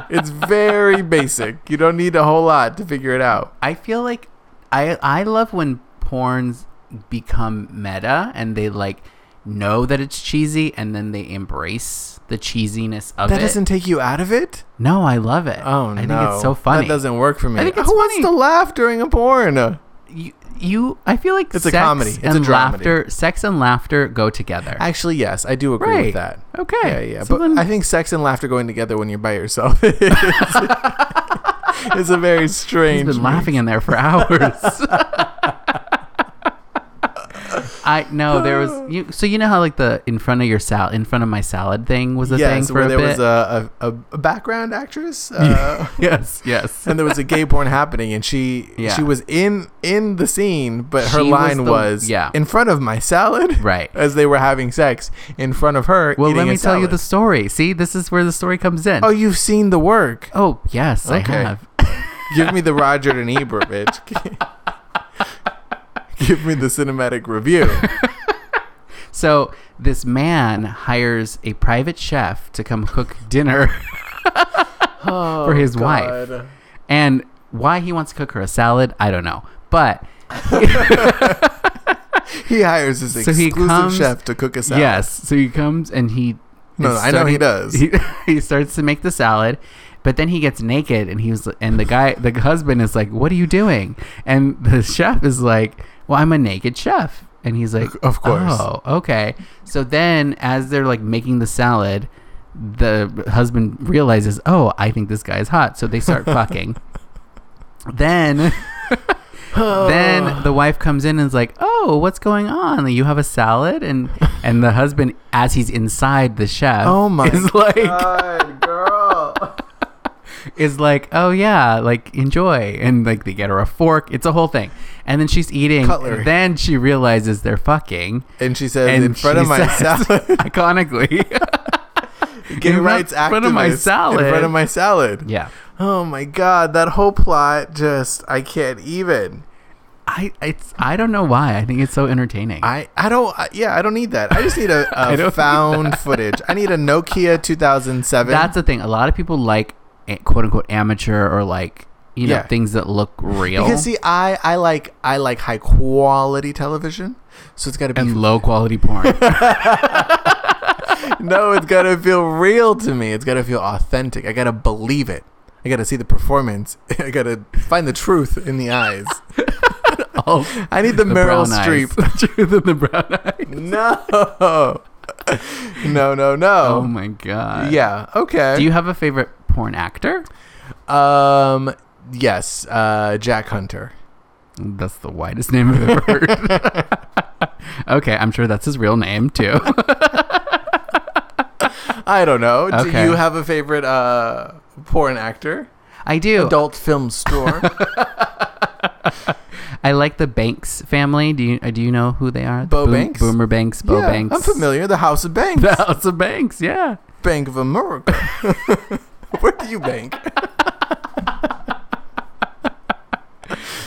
[SPEAKER 2] it's very basic. You don't need a whole lot to figure it out.
[SPEAKER 1] I feel like I I love when porns become meta and they like know that it's cheesy and then they embrace the cheesiness of
[SPEAKER 2] That
[SPEAKER 1] it.
[SPEAKER 2] doesn't take you out of it.
[SPEAKER 1] no, I love it.
[SPEAKER 2] Oh
[SPEAKER 1] I
[SPEAKER 2] no,
[SPEAKER 1] think it's so funny.
[SPEAKER 2] That doesn't work for me.
[SPEAKER 1] I think it's
[SPEAKER 2] Who wants
[SPEAKER 1] funny.
[SPEAKER 2] to laugh during a porn?
[SPEAKER 1] you, you I feel like
[SPEAKER 2] It's a
[SPEAKER 1] sex
[SPEAKER 2] comedy. It's a
[SPEAKER 1] and
[SPEAKER 2] dramedy.
[SPEAKER 1] laughter sex and laughter go together.
[SPEAKER 2] Actually, yes, I do agree
[SPEAKER 1] Right.
[SPEAKER 2] with that.
[SPEAKER 1] okay.
[SPEAKER 2] Yeah, yeah.
[SPEAKER 1] So
[SPEAKER 2] but
[SPEAKER 1] then-
[SPEAKER 2] I think sex and laughter going together when you're by yourself is is a very strange.
[SPEAKER 1] He's been laughing in there for hours. I no, there was you. So you know how like the in front of your salad, in front of my salad thing was a
[SPEAKER 2] yes,
[SPEAKER 1] thing for
[SPEAKER 2] where
[SPEAKER 1] a
[SPEAKER 2] there
[SPEAKER 1] bit.
[SPEAKER 2] was a, a, a background actress. Uh,
[SPEAKER 1] yes, yes.
[SPEAKER 2] And there was a gay porn happening, and she
[SPEAKER 1] Yeah.
[SPEAKER 2] she was in in the scene, but her
[SPEAKER 1] She was
[SPEAKER 2] line
[SPEAKER 1] the-
[SPEAKER 2] was,
[SPEAKER 1] yeah.
[SPEAKER 2] in front of my salad,
[SPEAKER 1] Right.
[SPEAKER 2] As they were having sex in front of her.
[SPEAKER 1] Well, let
[SPEAKER 2] eating a
[SPEAKER 1] me tell you
[SPEAKER 2] salad.
[SPEAKER 1] the story. See, this is where the story comes in.
[SPEAKER 2] Oh, you've seen the work.
[SPEAKER 1] Oh, yes, I
[SPEAKER 2] Okay.
[SPEAKER 1] have.
[SPEAKER 2] Give me the Roger and Ebert, bitch. Give me the cinematic review.
[SPEAKER 1] So this man hires a private chef to come cook dinner,
[SPEAKER 2] Oh,
[SPEAKER 1] For his wife. and why he wants to cook her a salad, I don't know. But
[SPEAKER 2] He hires his
[SPEAKER 1] So he
[SPEAKER 2] exclusive
[SPEAKER 1] comes-
[SPEAKER 2] chef to cook a salad.
[SPEAKER 1] yes, so he comes and he.
[SPEAKER 2] No,
[SPEAKER 1] is
[SPEAKER 2] I know he does.
[SPEAKER 1] He, he starts to make the salad, But then he gets naked and he was and the guy the husband is like, "What are you doing?" And the chef is like, "Well, I'm a naked chef." And he's like,
[SPEAKER 2] Of course.
[SPEAKER 1] Oh, okay." So then as they're like making the salad, the husband realizes, "Oh, I think this guy is hot." So they start fucking. Then
[SPEAKER 2] Oh.
[SPEAKER 1] then the wife comes in and is like, "Oh, what's going on? You have a salad?" And and the husband, as he's inside the chef,
[SPEAKER 2] Oh my
[SPEAKER 1] is like
[SPEAKER 2] God, girl.
[SPEAKER 1] is like, "Oh yeah, like enjoy." And like they get her a fork. It's a whole thing. And then she's eating.
[SPEAKER 2] Cutlery.
[SPEAKER 1] Then she realizes they're fucking.
[SPEAKER 2] And she says,
[SPEAKER 1] and
[SPEAKER 2] in front of
[SPEAKER 1] she
[SPEAKER 2] my
[SPEAKER 1] says,
[SPEAKER 2] salad,
[SPEAKER 1] iconically,
[SPEAKER 2] gay
[SPEAKER 1] in
[SPEAKER 2] rights activist.
[SPEAKER 1] front of my
[SPEAKER 2] In front
[SPEAKER 1] salad.
[SPEAKER 2] of my salad.
[SPEAKER 1] yeah.
[SPEAKER 2] Oh my god, that whole plot just I can't even.
[SPEAKER 1] I it's I don't know why. I think it's so entertaining.
[SPEAKER 2] I I don't I- yeah I don't need that. I just need a,
[SPEAKER 1] I don't
[SPEAKER 2] a
[SPEAKER 1] need
[SPEAKER 2] found footage. I need a Nokia 2007.
[SPEAKER 1] That's the thing. A lot of people like eh, quote unquote amateur or like you know
[SPEAKER 2] Yeah.
[SPEAKER 1] things that look real.
[SPEAKER 2] because see, I I like I like high quality television, so it's got to be
[SPEAKER 1] and low quality porn.
[SPEAKER 2] no, it's got to feel real to me. It's got to feel authentic. I got to believe it. I got to see the performance. I got to find the truth in the eyes.
[SPEAKER 1] Oh,
[SPEAKER 2] I need the, Meryl
[SPEAKER 1] brown eyes.
[SPEAKER 2] Streep.
[SPEAKER 1] The truth in the brown eyes.
[SPEAKER 2] No. no, no,
[SPEAKER 1] Oh
[SPEAKER 2] no.
[SPEAKER 1] my god.
[SPEAKER 2] yeah. Okay.
[SPEAKER 1] Do you have a favorite porn actor?
[SPEAKER 2] Um. Yes. Uh. Jack Hunter.
[SPEAKER 1] That's the widest name I've ever heard. okay, I'm sure that's his real name too.
[SPEAKER 2] I don't know. Do
[SPEAKER 1] Okay.
[SPEAKER 2] you have a favorite uh porn actor?
[SPEAKER 1] I do.
[SPEAKER 2] Adult film store.
[SPEAKER 1] I like the Banks family. Do you uh, do you know who they are?
[SPEAKER 2] Bo Banks?
[SPEAKER 1] Boomer Banks, Bo
[SPEAKER 2] yeah,
[SPEAKER 1] Banks.
[SPEAKER 2] I'm familiar. The House of Banks.
[SPEAKER 1] The House of Banks, yeah.
[SPEAKER 2] Bank of America. Where do you bank?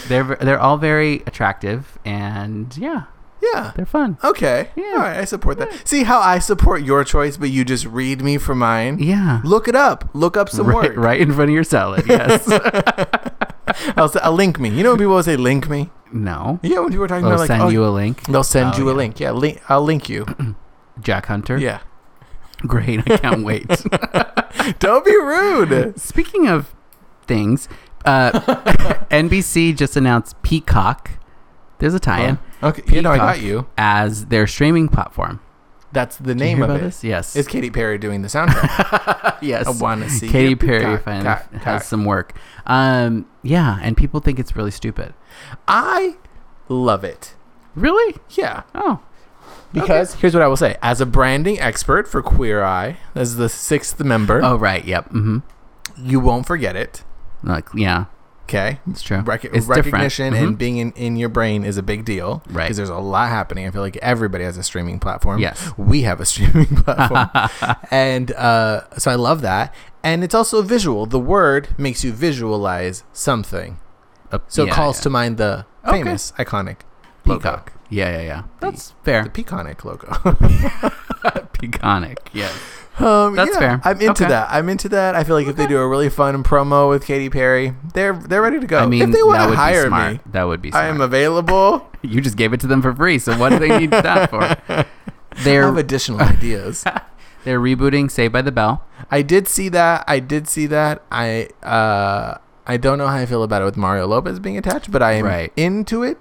[SPEAKER 1] They're ve- they're all very attractive and yeah,
[SPEAKER 2] Yeah.
[SPEAKER 1] they're fun.
[SPEAKER 2] Okay.
[SPEAKER 1] Yeah.
[SPEAKER 2] All right. I support that. See how I support your choice, but you just read me for mine.
[SPEAKER 1] Yeah.
[SPEAKER 2] Look it up. Look up some
[SPEAKER 1] right,
[SPEAKER 2] work.
[SPEAKER 1] right in front of your salad. Yes.
[SPEAKER 2] I'll, say, I'll link me. You know when people will say link me?
[SPEAKER 1] no.
[SPEAKER 2] Yeah, when people are talking
[SPEAKER 1] They'll
[SPEAKER 2] about like,
[SPEAKER 1] send
[SPEAKER 2] oh,
[SPEAKER 1] you a link.
[SPEAKER 2] they'll send
[SPEAKER 1] Oh,
[SPEAKER 2] you a
[SPEAKER 1] yeah.
[SPEAKER 2] link. Yeah, link, I'll link you.
[SPEAKER 1] Jack Hunter.
[SPEAKER 2] Yeah.
[SPEAKER 1] Great. I can't wait.
[SPEAKER 2] Don't be rude.
[SPEAKER 1] Speaking of things, uh, NBC just announced Peacock. There's a tie-in
[SPEAKER 2] Okay. You know, I
[SPEAKER 1] Peacock.
[SPEAKER 2] got you.
[SPEAKER 1] as their streaming platform.
[SPEAKER 2] That's
[SPEAKER 1] Did
[SPEAKER 2] the
[SPEAKER 1] you
[SPEAKER 2] name
[SPEAKER 1] hear
[SPEAKER 2] of
[SPEAKER 1] about
[SPEAKER 2] it.
[SPEAKER 1] this? Yes.
[SPEAKER 2] It's Katy Perry doing the soundtrack.
[SPEAKER 1] yes.
[SPEAKER 2] I want to see
[SPEAKER 1] Katy
[SPEAKER 2] your
[SPEAKER 1] Perry
[SPEAKER 2] peacock,
[SPEAKER 1] finally
[SPEAKER 2] cock,
[SPEAKER 1] has
[SPEAKER 2] cock.
[SPEAKER 1] some work. Um, yeah, and people think it's really stupid.
[SPEAKER 2] I love it.
[SPEAKER 1] Really?
[SPEAKER 2] Yeah.
[SPEAKER 1] Oh,
[SPEAKER 2] Because here's what I will say as a branding expert for Queer Eye, as the sixth member,
[SPEAKER 1] oh right. Yep. Mm-hmm.
[SPEAKER 2] you won't forget it.
[SPEAKER 1] Like yeah,
[SPEAKER 2] Okay.
[SPEAKER 1] it's true.
[SPEAKER 2] Rec-
[SPEAKER 1] it's different.
[SPEAKER 2] recognition
[SPEAKER 1] Mhm.
[SPEAKER 2] and being in, in your brain is a big deal.
[SPEAKER 1] Right.
[SPEAKER 2] Because there's a lot happening. I feel like everybody has a streaming platform.
[SPEAKER 1] Yes.
[SPEAKER 2] We have a streaming platform. and uh, so I love that. And it's also visual. The word makes you visualize something.
[SPEAKER 1] Uh,
[SPEAKER 2] So
[SPEAKER 1] yeah,
[SPEAKER 2] it calls
[SPEAKER 1] yeah.
[SPEAKER 2] to mind the
[SPEAKER 1] Okay.
[SPEAKER 2] famous, iconic logo.
[SPEAKER 1] Peacock. Yeah, yeah, yeah. That's
[SPEAKER 2] The
[SPEAKER 1] fair.
[SPEAKER 2] Peaconic logo.
[SPEAKER 1] Peaconic. Yes.
[SPEAKER 2] Um,
[SPEAKER 1] That's
[SPEAKER 2] yeah,
[SPEAKER 1] fair.
[SPEAKER 2] I'm into
[SPEAKER 1] Okay.
[SPEAKER 2] that. I'm into that. I feel like if they do a really fun promo with Katy Perry, they're they're ready to go.
[SPEAKER 1] I mean,
[SPEAKER 2] if they want
[SPEAKER 1] that
[SPEAKER 2] to
[SPEAKER 1] would be
[SPEAKER 2] hire
[SPEAKER 1] smart.
[SPEAKER 2] me,
[SPEAKER 1] That would be. Smart.
[SPEAKER 2] I am available.
[SPEAKER 1] You just gave it to them for free, so what do they need that for?
[SPEAKER 2] I
[SPEAKER 1] They're
[SPEAKER 2] have additional ideas.
[SPEAKER 1] they're rebooting Saved by the Bell.
[SPEAKER 2] I did see that. I did see that. I uh, I don't know how I feel about it with Mario Lopez being attached, but I am
[SPEAKER 1] Right.
[SPEAKER 2] into it.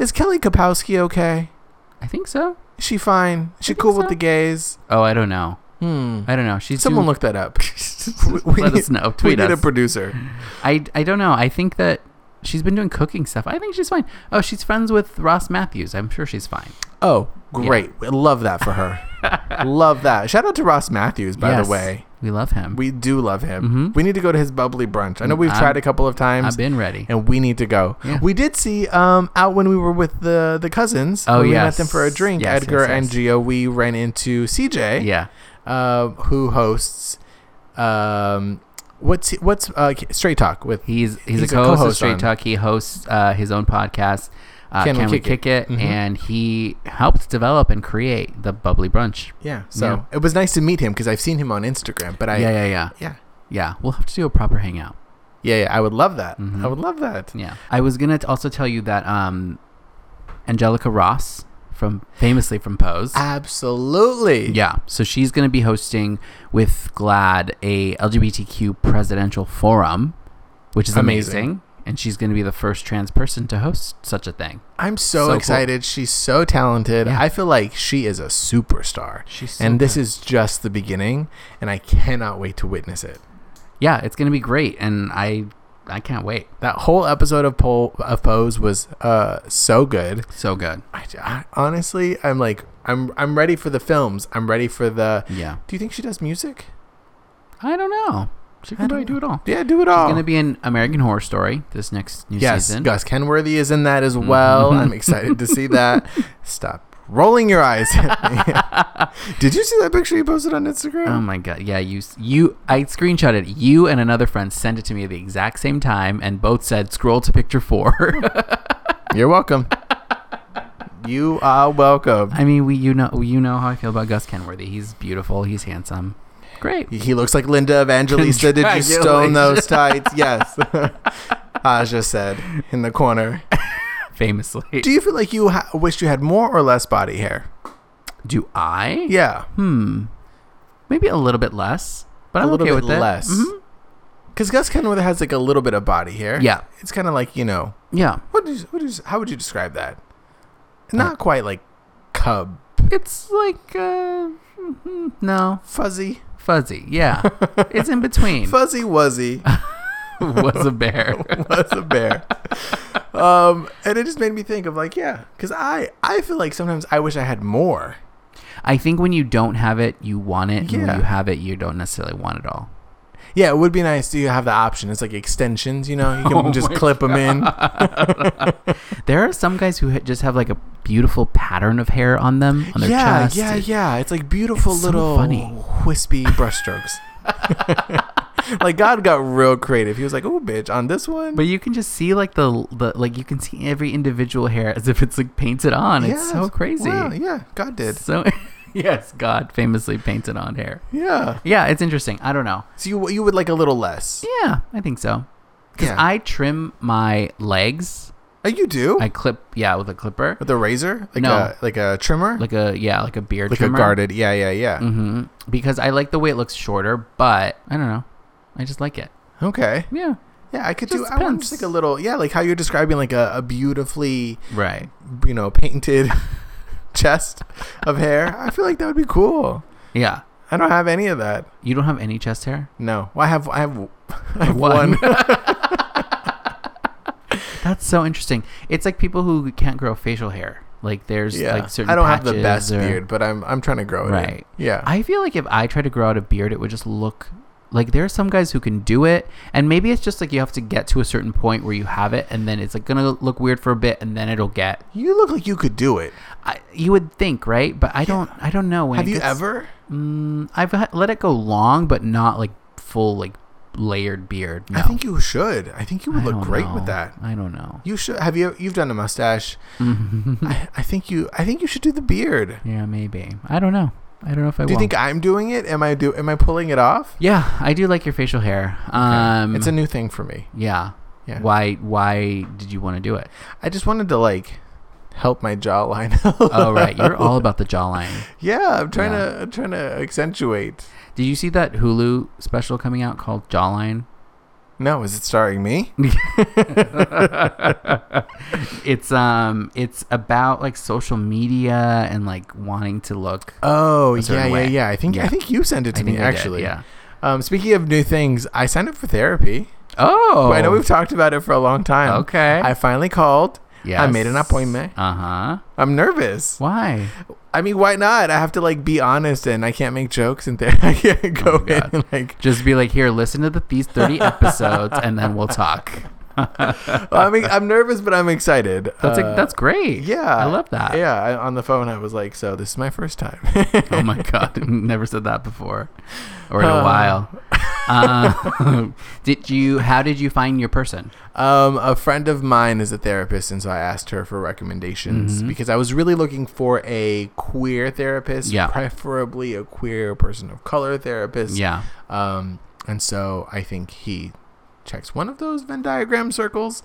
[SPEAKER 2] Is Kelly Kapowski okay?
[SPEAKER 1] I think so.
[SPEAKER 2] Is she fine? Is she
[SPEAKER 1] think
[SPEAKER 2] cool
[SPEAKER 1] so.
[SPEAKER 2] with the gays?
[SPEAKER 1] Oh, I don't know.
[SPEAKER 2] Hmm.
[SPEAKER 1] I don't know. She's
[SPEAKER 2] Someone
[SPEAKER 1] doing,
[SPEAKER 2] look that up. we we
[SPEAKER 1] let
[SPEAKER 2] need,
[SPEAKER 1] us know.
[SPEAKER 2] we
[SPEAKER 1] Tweet
[SPEAKER 2] need a
[SPEAKER 1] us.
[SPEAKER 2] producer.
[SPEAKER 1] I I don't know. I think that she's been doing cooking stuff. I think she's fine. Oh, she's friends with Ross Matthews. I'm sure she's fine.
[SPEAKER 2] Oh, great. I Love that for her. love that. Shout out to Ross Matthews, by
[SPEAKER 1] Yes.
[SPEAKER 2] the way.
[SPEAKER 1] We love him.
[SPEAKER 2] We do love him.
[SPEAKER 1] Mhm.
[SPEAKER 2] We need to go to his bubbly brunch. I know we've
[SPEAKER 1] I'm-
[SPEAKER 2] tried a couple of times,
[SPEAKER 1] Mm, I've been ready.
[SPEAKER 2] and we need to go.
[SPEAKER 1] Yeah.
[SPEAKER 2] We did see um, out when we were with the, the cousins.
[SPEAKER 1] Oh,
[SPEAKER 2] when We
[SPEAKER 1] yes.
[SPEAKER 2] met them for a drink.
[SPEAKER 1] Yes,
[SPEAKER 2] Edgar
[SPEAKER 1] yes, yes.
[SPEAKER 2] and Gio. We ran into CJ,
[SPEAKER 1] Yeah.
[SPEAKER 2] uh, who hosts. Um, What's what's uh, straight talk with
[SPEAKER 1] He's he's,
[SPEAKER 2] He's
[SPEAKER 1] a
[SPEAKER 2] a
[SPEAKER 1] co-host of
[SPEAKER 2] co-host
[SPEAKER 1] Straight
[SPEAKER 2] on-
[SPEAKER 1] Talk. He hosts uh, his own podcast. Uh, Can, we, kick, it?
[SPEAKER 2] Mhm.
[SPEAKER 1] And he helped develop and create the Bubbly Brunch.
[SPEAKER 2] yeah so it was nice to meet him because I've seen him on Instagram but I
[SPEAKER 1] yeah, yeah, yeah,
[SPEAKER 2] yeah
[SPEAKER 1] yeah. We'll have to do a proper hangout.
[SPEAKER 2] yeah, yeah I would love that
[SPEAKER 1] Mhm.
[SPEAKER 2] I would love that
[SPEAKER 1] Yeah. I was going to also tell you that um, Angelica Ross from famously from Pose.
[SPEAKER 2] Absolutely.
[SPEAKER 1] Yeah, so she's going to be hosting with Glad a LGBTQ presidential forum, which is amazing.
[SPEAKER 2] Amazing.
[SPEAKER 1] And she's going to be the first trans person to host such a thing.
[SPEAKER 2] I'm
[SPEAKER 1] So
[SPEAKER 2] so,
[SPEAKER 1] cool.
[SPEAKER 2] excited. She's so talented.
[SPEAKER 1] Yeah.
[SPEAKER 2] I feel like she is a superstar.
[SPEAKER 1] She's so
[SPEAKER 2] and this
[SPEAKER 1] good.
[SPEAKER 2] is just the beginning, and I cannot wait to witness it.
[SPEAKER 1] Yeah, it's going to be great, and I I can't wait.
[SPEAKER 2] That whole episode of, Pol- of Pose was uh, so good.
[SPEAKER 1] So good.
[SPEAKER 2] I, I- honestly, I'm like, I'm I'm ready for the films. I'm ready for the.
[SPEAKER 1] Yeah,
[SPEAKER 2] Do you think she does music?
[SPEAKER 1] I don't know. She can
[SPEAKER 2] I don't
[SPEAKER 1] probably do it all.
[SPEAKER 2] Yeah, do it all.
[SPEAKER 1] She's going to be in American Horror Story this next new
[SPEAKER 2] yes,
[SPEAKER 1] season.
[SPEAKER 2] Gus Kenworthy is in that as well. I'm excited to see that. Stop rolling your eyes. at me. Did you see that picture you posted on Instagram?
[SPEAKER 1] Oh my god! Yeah, you you I screenshotted it. You and another friend sent it to me at the exact same time, and both said scroll to picture four.
[SPEAKER 2] You're welcome. you are welcome.
[SPEAKER 1] I mean, we you know you know how I feel about Gus Kenworthy. He's beautiful. He's handsome. Great.
[SPEAKER 2] He looks like Linda Evangelista. Did you stone those tights? Yes. Aja said in the corner.
[SPEAKER 1] Famously.
[SPEAKER 2] Do you feel like you ha- wish you had more or less body hair?
[SPEAKER 1] Do I?
[SPEAKER 2] Yeah.
[SPEAKER 1] Hmm. Maybe a little bit less, but
[SPEAKER 2] a
[SPEAKER 1] I'm
[SPEAKER 2] little
[SPEAKER 1] okay
[SPEAKER 2] bit
[SPEAKER 1] with it.
[SPEAKER 2] less.
[SPEAKER 1] Mhm.
[SPEAKER 2] Because Gus Kenworthy has like a little bit of body hair.
[SPEAKER 1] Yeah.
[SPEAKER 2] It's kind of like you know
[SPEAKER 1] Yeah.
[SPEAKER 2] what do you, what do you, how would you describe that? Not quite like cub
[SPEAKER 1] It's like uh, mhm, no
[SPEAKER 2] fuzzy,
[SPEAKER 1] fuzzy. Yeah. it's in between.
[SPEAKER 2] fuzzy wuzzy
[SPEAKER 1] Was a bear.
[SPEAKER 2] was a bear. um, and it just made me think of like yeah, because I I feel like sometimes I wish I had more.
[SPEAKER 1] I think when you don't have it, you want it. And
[SPEAKER 2] Yeah.
[SPEAKER 1] when you have it, you don't necessarily want it all.
[SPEAKER 2] Yeah, it would be nice to have the option. It's like extensions, you know. You can
[SPEAKER 1] Oh
[SPEAKER 2] just
[SPEAKER 1] my
[SPEAKER 2] clip them in.
[SPEAKER 1] There are some guys who ha- just have like a beautiful pattern of hair on them on their
[SPEAKER 2] yeah,
[SPEAKER 1] chest.
[SPEAKER 2] yeah, yeah. It's like beautiful
[SPEAKER 1] It's so
[SPEAKER 2] little
[SPEAKER 1] funny.
[SPEAKER 2] wispy brushstrokes. like God got real creative. He was like, "Oh, bitch, on this one."
[SPEAKER 1] But you can just see like the the like you can see every individual hair as if it's like painted on. It's
[SPEAKER 2] Yes.
[SPEAKER 1] so crazy.
[SPEAKER 2] Wow, yeah, God did.
[SPEAKER 1] So yes, God famously painted on hair.
[SPEAKER 2] Yeah.
[SPEAKER 1] Yeah, it's interesting. I don't know.
[SPEAKER 2] So you you would like a little less.
[SPEAKER 1] Yeah, I think so. Cuz
[SPEAKER 2] Yeah.
[SPEAKER 1] I trim my legs.
[SPEAKER 2] Oh, you do
[SPEAKER 1] I clip yeah, with a clipper.
[SPEAKER 2] with a razor, like
[SPEAKER 1] No.
[SPEAKER 2] a like a trimmer,
[SPEAKER 1] Like
[SPEAKER 2] like,
[SPEAKER 1] a yeah, like a beard
[SPEAKER 2] a
[SPEAKER 1] trimmer.
[SPEAKER 2] guarded. Yeah, yeah, yeah.
[SPEAKER 1] Mhm. Because I like the way it looks shorter, but I don't know. I just like it.
[SPEAKER 2] Okay.
[SPEAKER 1] Yeah.
[SPEAKER 2] Yeah, I could
[SPEAKER 1] Just
[SPEAKER 2] do. I want
[SPEAKER 1] depends.
[SPEAKER 2] just like a little. Yeah, like how you're describing, like a, a beautifully,
[SPEAKER 1] Right.
[SPEAKER 2] you know, painted chest of hair. I feel like that would be cool.
[SPEAKER 1] Yeah.
[SPEAKER 2] I don't have any of that.
[SPEAKER 1] You don't have any chest hair?
[SPEAKER 2] No, well, I have. I have. I have
[SPEAKER 1] One.
[SPEAKER 2] one.
[SPEAKER 1] That's so interesting. It's like people who can't grow facial hair. Like there's
[SPEAKER 2] yeah,
[SPEAKER 1] like certain.
[SPEAKER 2] I don't have the
[SPEAKER 1] patches
[SPEAKER 2] best
[SPEAKER 1] or-
[SPEAKER 2] beard, but I'm I'm trying to grow it. in.
[SPEAKER 1] Right.
[SPEAKER 2] Yeah.
[SPEAKER 1] I feel like if I try to grow out a beard, it would just look like there are some guys who can do it, and maybe it's just like you have to get to a certain point where you have it, and then it's like gonna look weird for a bit, and then it'll get.
[SPEAKER 2] you look like you could do it.
[SPEAKER 1] I, you would think, right? But I don't. I don't know. When
[SPEAKER 2] have
[SPEAKER 1] it
[SPEAKER 2] you
[SPEAKER 1] gets-
[SPEAKER 2] ever?
[SPEAKER 1] Mm, I've ha- let it go long, but not like full like layered beard. No.
[SPEAKER 2] I think you should. I think you would
[SPEAKER 1] I
[SPEAKER 2] look
[SPEAKER 1] don't
[SPEAKER 2] great
[SPEAKER 1] know.
[SPEAKER 2] with that.
[SPEAKER 1] I don't know.
[SPEAKER 2] You should have you you've done a mustache. I, I think you I think you should do the beard.
[SPEAKER 1] Yeah, maybe. I don't know. I don't know if I
[SPEAKER 2] Do you
[SPEAKER 1] will.
[SPEAKER 2] think I'm doing it? Am I do am I pulling it off?
[SPEAKER 1] Yeah, I do like your facial hair. Um,
[SPEAKER 2] it's a new thing for me.
[SPEAKER 1] yeah.
[SPEAKER 2] Yeah.
[SPEAKER 1] Why? Why did you want to do it?
[SPEAKER 2] I just wanted to like help my jawline.
[SPEAKER 1] Oh right, you're all about the jawline.
[SPEAKER 2] yeah, I'm trying
[SPEAKER 1] Yeah.
[SPEAKER 2] to I'm trying to accentuate.
[SPEAKER 1] Did you see that Hulu special coming out called Jawline?
[SPEAKER 2] No, is it starring me?
[SPEAKER 1] It's um, it's about like social media and like wanting to look.
[SPEAKER 2] Oh
[SPEAKER 1] A certain
[SPEAKER 2] yeah, yeah,
[SPEAKER 1] way.
[SPEAKER 2] yeah. I think
[SPEAKER 1] Yeah.
[SPEAKER 2] I think you sent it to
[SPEAKER 1] I
[SPEAKER 2] me
[SPEAKER 1] think I did,
[SPEAKER 2] actually.
[SPEAKER 1] yeah.
[SPEAKER 2] Um, speaking of new things, I signed up for therapy.
[SPEAKER 1] Oh,
[SPEAKER 2] I know we've talked about it for a long time.
[SPEAKER 1] Okay.
[SPEAKER 2] I finally called. I made an appointment.
[SPEAKER 1] Uh huh.
[SPEAKER 2] I'm nervous.
[SPEAKER 1] Why?
[SPEAKER 2] I mean, why not? I have to like be honest, and I can't make jokes, and there I can't go
[SPEAKER 1] my God.
[SPEAKER 2] in like.
[SPEAKER 1] Just be like, here, listen to the, these thirty episodes, and then we'll talk.
[SPEAKER 2] I mean, I'm nervous, but I'm excited.
[SPEAKER 1] That's
[SPEAKER 2] Uh,
[SPEAKER 1] like, that's great.
[SPEAKER 2] yeah.
[SPEAKER 1] I love that.
[SPEAKER 2] Yeah, I, on the phone, I was like, "So this is my first time."
[SPEAKER 1] Oh my god, never said that before, or in a
[SPEAKER 2] Uh.
[SPEAKER 1] while. Uh, did you? How did you find your person?
[SPEAKER 2] um, a friend of mine is a therapist, and so I asked her for recommendations
[SPEAKER 1] Mm-hmm.
[SPEAKER 2] because I was really looking for a queer therapist,
[SPEAKER 1] Yeah.
[SPEAKER 2] preferably a queer person of color therapist.
[SPEAKER 1] Yeah.
[SPEAKER 2] Um, and so I think he checks one of those Venn diagram circles.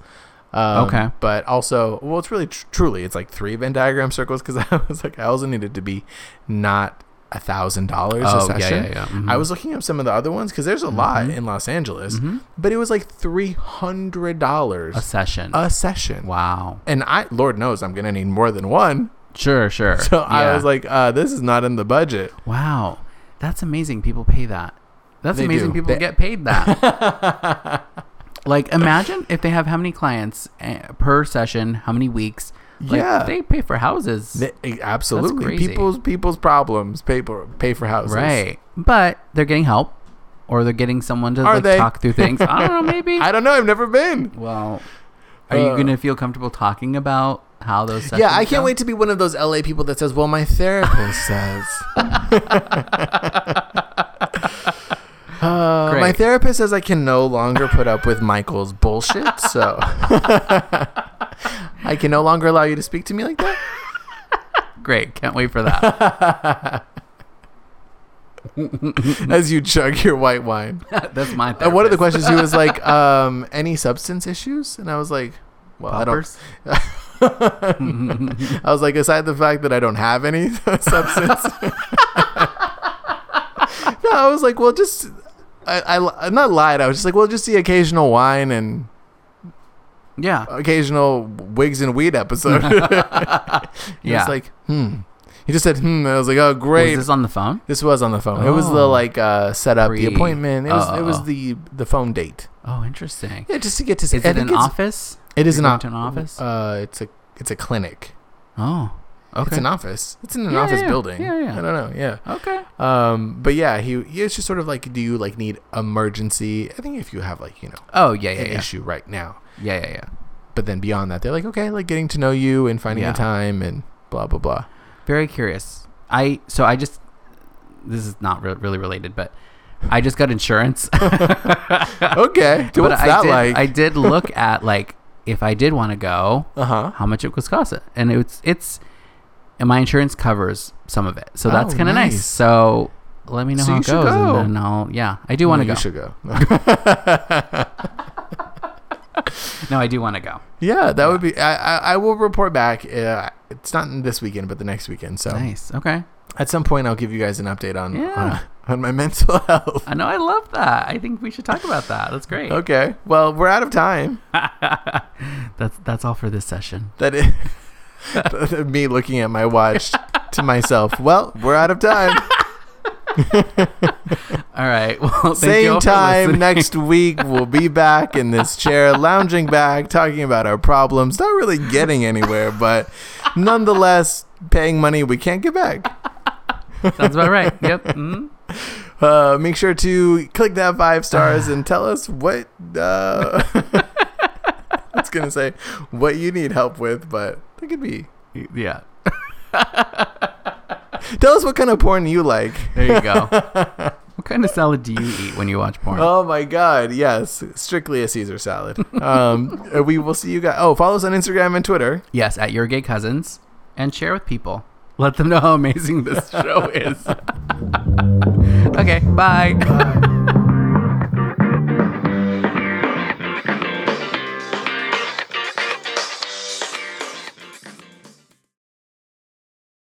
[SPEAKER 2] Um,
[SPEAKER 1] Okay.
[SPEAKER 2] But also, well, it's really tr- truly, it's like three Venn diagram circles because I was like, I also needed to be not a thousand dollars a
[SPEAKER 1] Oh, yeah,
[SPEAKER 2] session.
[SPEAKER 1] yeah, yeah. Mhm.
[SPEAKER 2] I was looking up some of the other ones because there's a lot
[SPEAKER 1] Mm-hmm.
[SPEAKER 2] in Los Angeles, but it was like three hundred dollars
[SPEAKER 1] a session.
[SPEAKER 2] a session.
[SPEAKER 1] wow.
[SPEAKER 2] And I, Lord knows, I'm gonna need more than one.
[SPEAKER 1] Sure, sure.
[SPEAKER 2] So I
[SPEAKER 1] Yeah.
[SPEAKER 2] was like, uh, this is not in the budget.
[SPEAKER 1] wow, that's amazing. People pay that. That's
[SPEAKER 2] They
[SPEAKER 1] amazing.
[SPEAKER 2] do.
[SPEAKER 1] People
[SPEAKER 2] They-
[SPEAKER 1] get paid that. like, imagine if they have how many clients eh, per session, how many weeks. Like,
[SPEAKER 2] Yeah.
[SPEAKER 1] they pay for houses.
[SPEAKER 2] Th- e, absolutely,
[SPEAKER 1] crazy.
[SPEAKER 2] people's people's problems pay for pay for houses.
[SPEAKER 1] Right. But they're getting help or they're getting someone to
[SPEAKER 2] Are
[SPEAKER 1] like
[SPEAKER 2] they?
[SPEAKER 1] talk through things. I don't know, maybe.
[SPEAKER 2] I don't know. I've never been.
[SPEAKER 1] well, are you
[SPEAKER 2] Uh,
[SPEAKER 1] going to feel comfortable talking about how those sessions
[SPEAKER 2] Yeah, I can't
[SPEAKER 1] go?
[SPEAKER 2] wait to be one of those LA people that says, "Well, my therapist says." Uh, my
[SPEAKER 1] Great.
[SPEAKER 2] therapist says I can no longer put up with Michael's bullshit, so I can no longer allow you to speak to me like that.
[SPEAKER 1] Great. Can't wait for that.
[SPEAKER 2] As you chug your white wine,
[SPEAKER 1] That's my
[SPEAKER 2] and one of Uh,
[SPEAKER 1] Mm. therapist.
[SPEAKER 2] the questions he was like, um, "Any substance issues?" And I was like, "Well,
[SPEAKER 1] Poppers?
[SPEAKER 2] I don't." I was like, aside the fact that I don't have any substance. no, I was like, well, just I, I li- I'm not lied. I was just like, well, just the occasional wine and
[SPEAKER 1] Yeah.
[SPEAKER 2] Uh, occasional wigs and weed episode. yeah,
[SPEAKER 1] Yeah.
[SPEAKER 2] it's like hmm. He just said hmm. and I was like, oh, great.
[SPEAKER 1] Was
[SPEAKER 2] this-,
[SPEAKER 1] this on the phone?
[SPEAKER 2] was on the phone. It was the
[SPEAKER 1] Oh.
[SPEAKER 2] like uh, set up the
[SPEAKER 1] Pre-
[SPEAKER 2] appointment. It was
[SPEAKER 1] Oh,
[SPEAKER 2] it
[SPEAKER 1] oh,
[SPEAKER 2] was
[SPEAKER 1] oh.
[SPEAKER 2] the the phone date.
[SPEAKER 1] Oh, interesting.
[SPEAKER 2] Yeah, just to get to.
[SPEAKER 1] Is
[SPEAKER 2] I
[SPEAKER 1] it
[SPEAKER 2] think
[SPEAKER 1] an
[SPEAKER 2] it's-
[SPEAKER 1] office?
[SPEAKER 2] It is
[SPEAKER 1] You're
[SPEAKER 2] an,
[SPEAKER 1] going
[SPEAKER 2] op-
[SPEAKER 1] to an office?
[SPEAKER 2] Uh, it's a it's a clinic.
[SPEAKER 1] Oh. Okay.
[SPEAKER 2] It's an office. It's in an
[SPEAKER 1] Yeah,
[SPEAKER 2] office
[SPEAKER 1] yeah, yeah.
[SPEAKER 2] building.
[SPEAKER 1] Yeah, yeah.
[SPEAKER 2] I don't know. Yeah.
[SPEAKER 1] okay.
[SPEAKER 2] Um, but yeah, he, he it's just sort of like, do you like need emergency? I think if you have like you know
[SPEAKER 1] Oh, yeah, yeah,
[SPEAKER 2] an
[SPEAKER 1] yeah.
[SPEAKER 2] issue right now,
[SPEAKER 1] Yeah, yeah, yeah.
[SPEAKER 2] but then beyond that, they're like okay, like getting to know you and finding
[SPEAKER 1] Yeah.
[SPEAKER 2] a time and blah blah blah.
[SPEAKER 1] Very curious. I so I just this is not re- really related, but I just got insurance.
[SPEAKER 2] Okay,
[SPEAKER 1] But
[SPEAKER 2] what's
[SPEAKER 1] I
[SPEAKER 2] that
[SPEAKER 1] did,
[SPEAKER 2] like?
[SPEAKER 1] I did look at like if I did want to go,
[SPEAKER 2] uh huh.
[SPEAKER 1] how much it was cost, and it's it's and my insurance covers some of it, so that's
[SPEAKER 2] Oh,
[SPEAKER 1] kind of nice.
[SPEAKER 2] nice.
[SPEAKER 1] So let me know
[SPEAKER 2] So
[SPEAKER 1] how
[SPEAKER 2] you
[SPEAKER 1] it
[SPEAKER 2] should
[SPEAKER 1] goes,
[SPEAKER 2] go.
[SPEAKER 1] and then I'll yeah, I do want to
[SPEAKER 2] you
[SPEAKER 1] go.
[SPEAKER 2] should go.
[SPEAKER 1] No, I do want to go.
[SPEAKER 2] yeah, that would be. I, I I will report back. Uh, it's not this weekend, but the next weekend. So
[SPEAKER 1] Nice. Okay.
[SPEAKER 2] at some point, I'll give you guys an update on
[SPEAKER 1] Yeah.
[SPEAKER 2] on, on my mental health.
[SPEAKER 1] I know. I love that. I think we should talk about that. That's great.
[SPEAKER 2] Okay. Well, we're out of time.
[SPEAKER 1] That's that's all for this session.
[SPEAKER 2] That is me looking at my watch to myself. Well, we're out of time.
[SPEAKER 1] All right. Well, thank you
[SPEAKER 2] Same
[SPEAKER 1] all for
[SPEAKER 2] time
[SPEAKER 1] listening.
[SPEAKER 2] next week. We'll be back in this chair, lounging back, talking about our problems. Not really getting anywhere, but nonetheless, paying money we can't get back.
[SPEAKER 1] Sounds about right. Yep. Mhm.
[SPEAKER 2] Uh, make sure to click that five stars and tell us what. Uh, I was gonna say what you need help with, but that could be.
[SPEAKER 1] Yeah.
[SPEAKER 2] Tell us what kind of porn you like.
[SPEAKER 1] There you go. what kind of salad do you eat when you watch porn?
[SPEAKER 2] Oh my God! Yes, strictly a Caesar salad. Um, uh, we will see you guys. Oh, follow us on Instagram and Twitter.
[SPEAKER 1] Yes, at your gay cousins, and share with people. Let them know how amazing this show is. okay. Bye.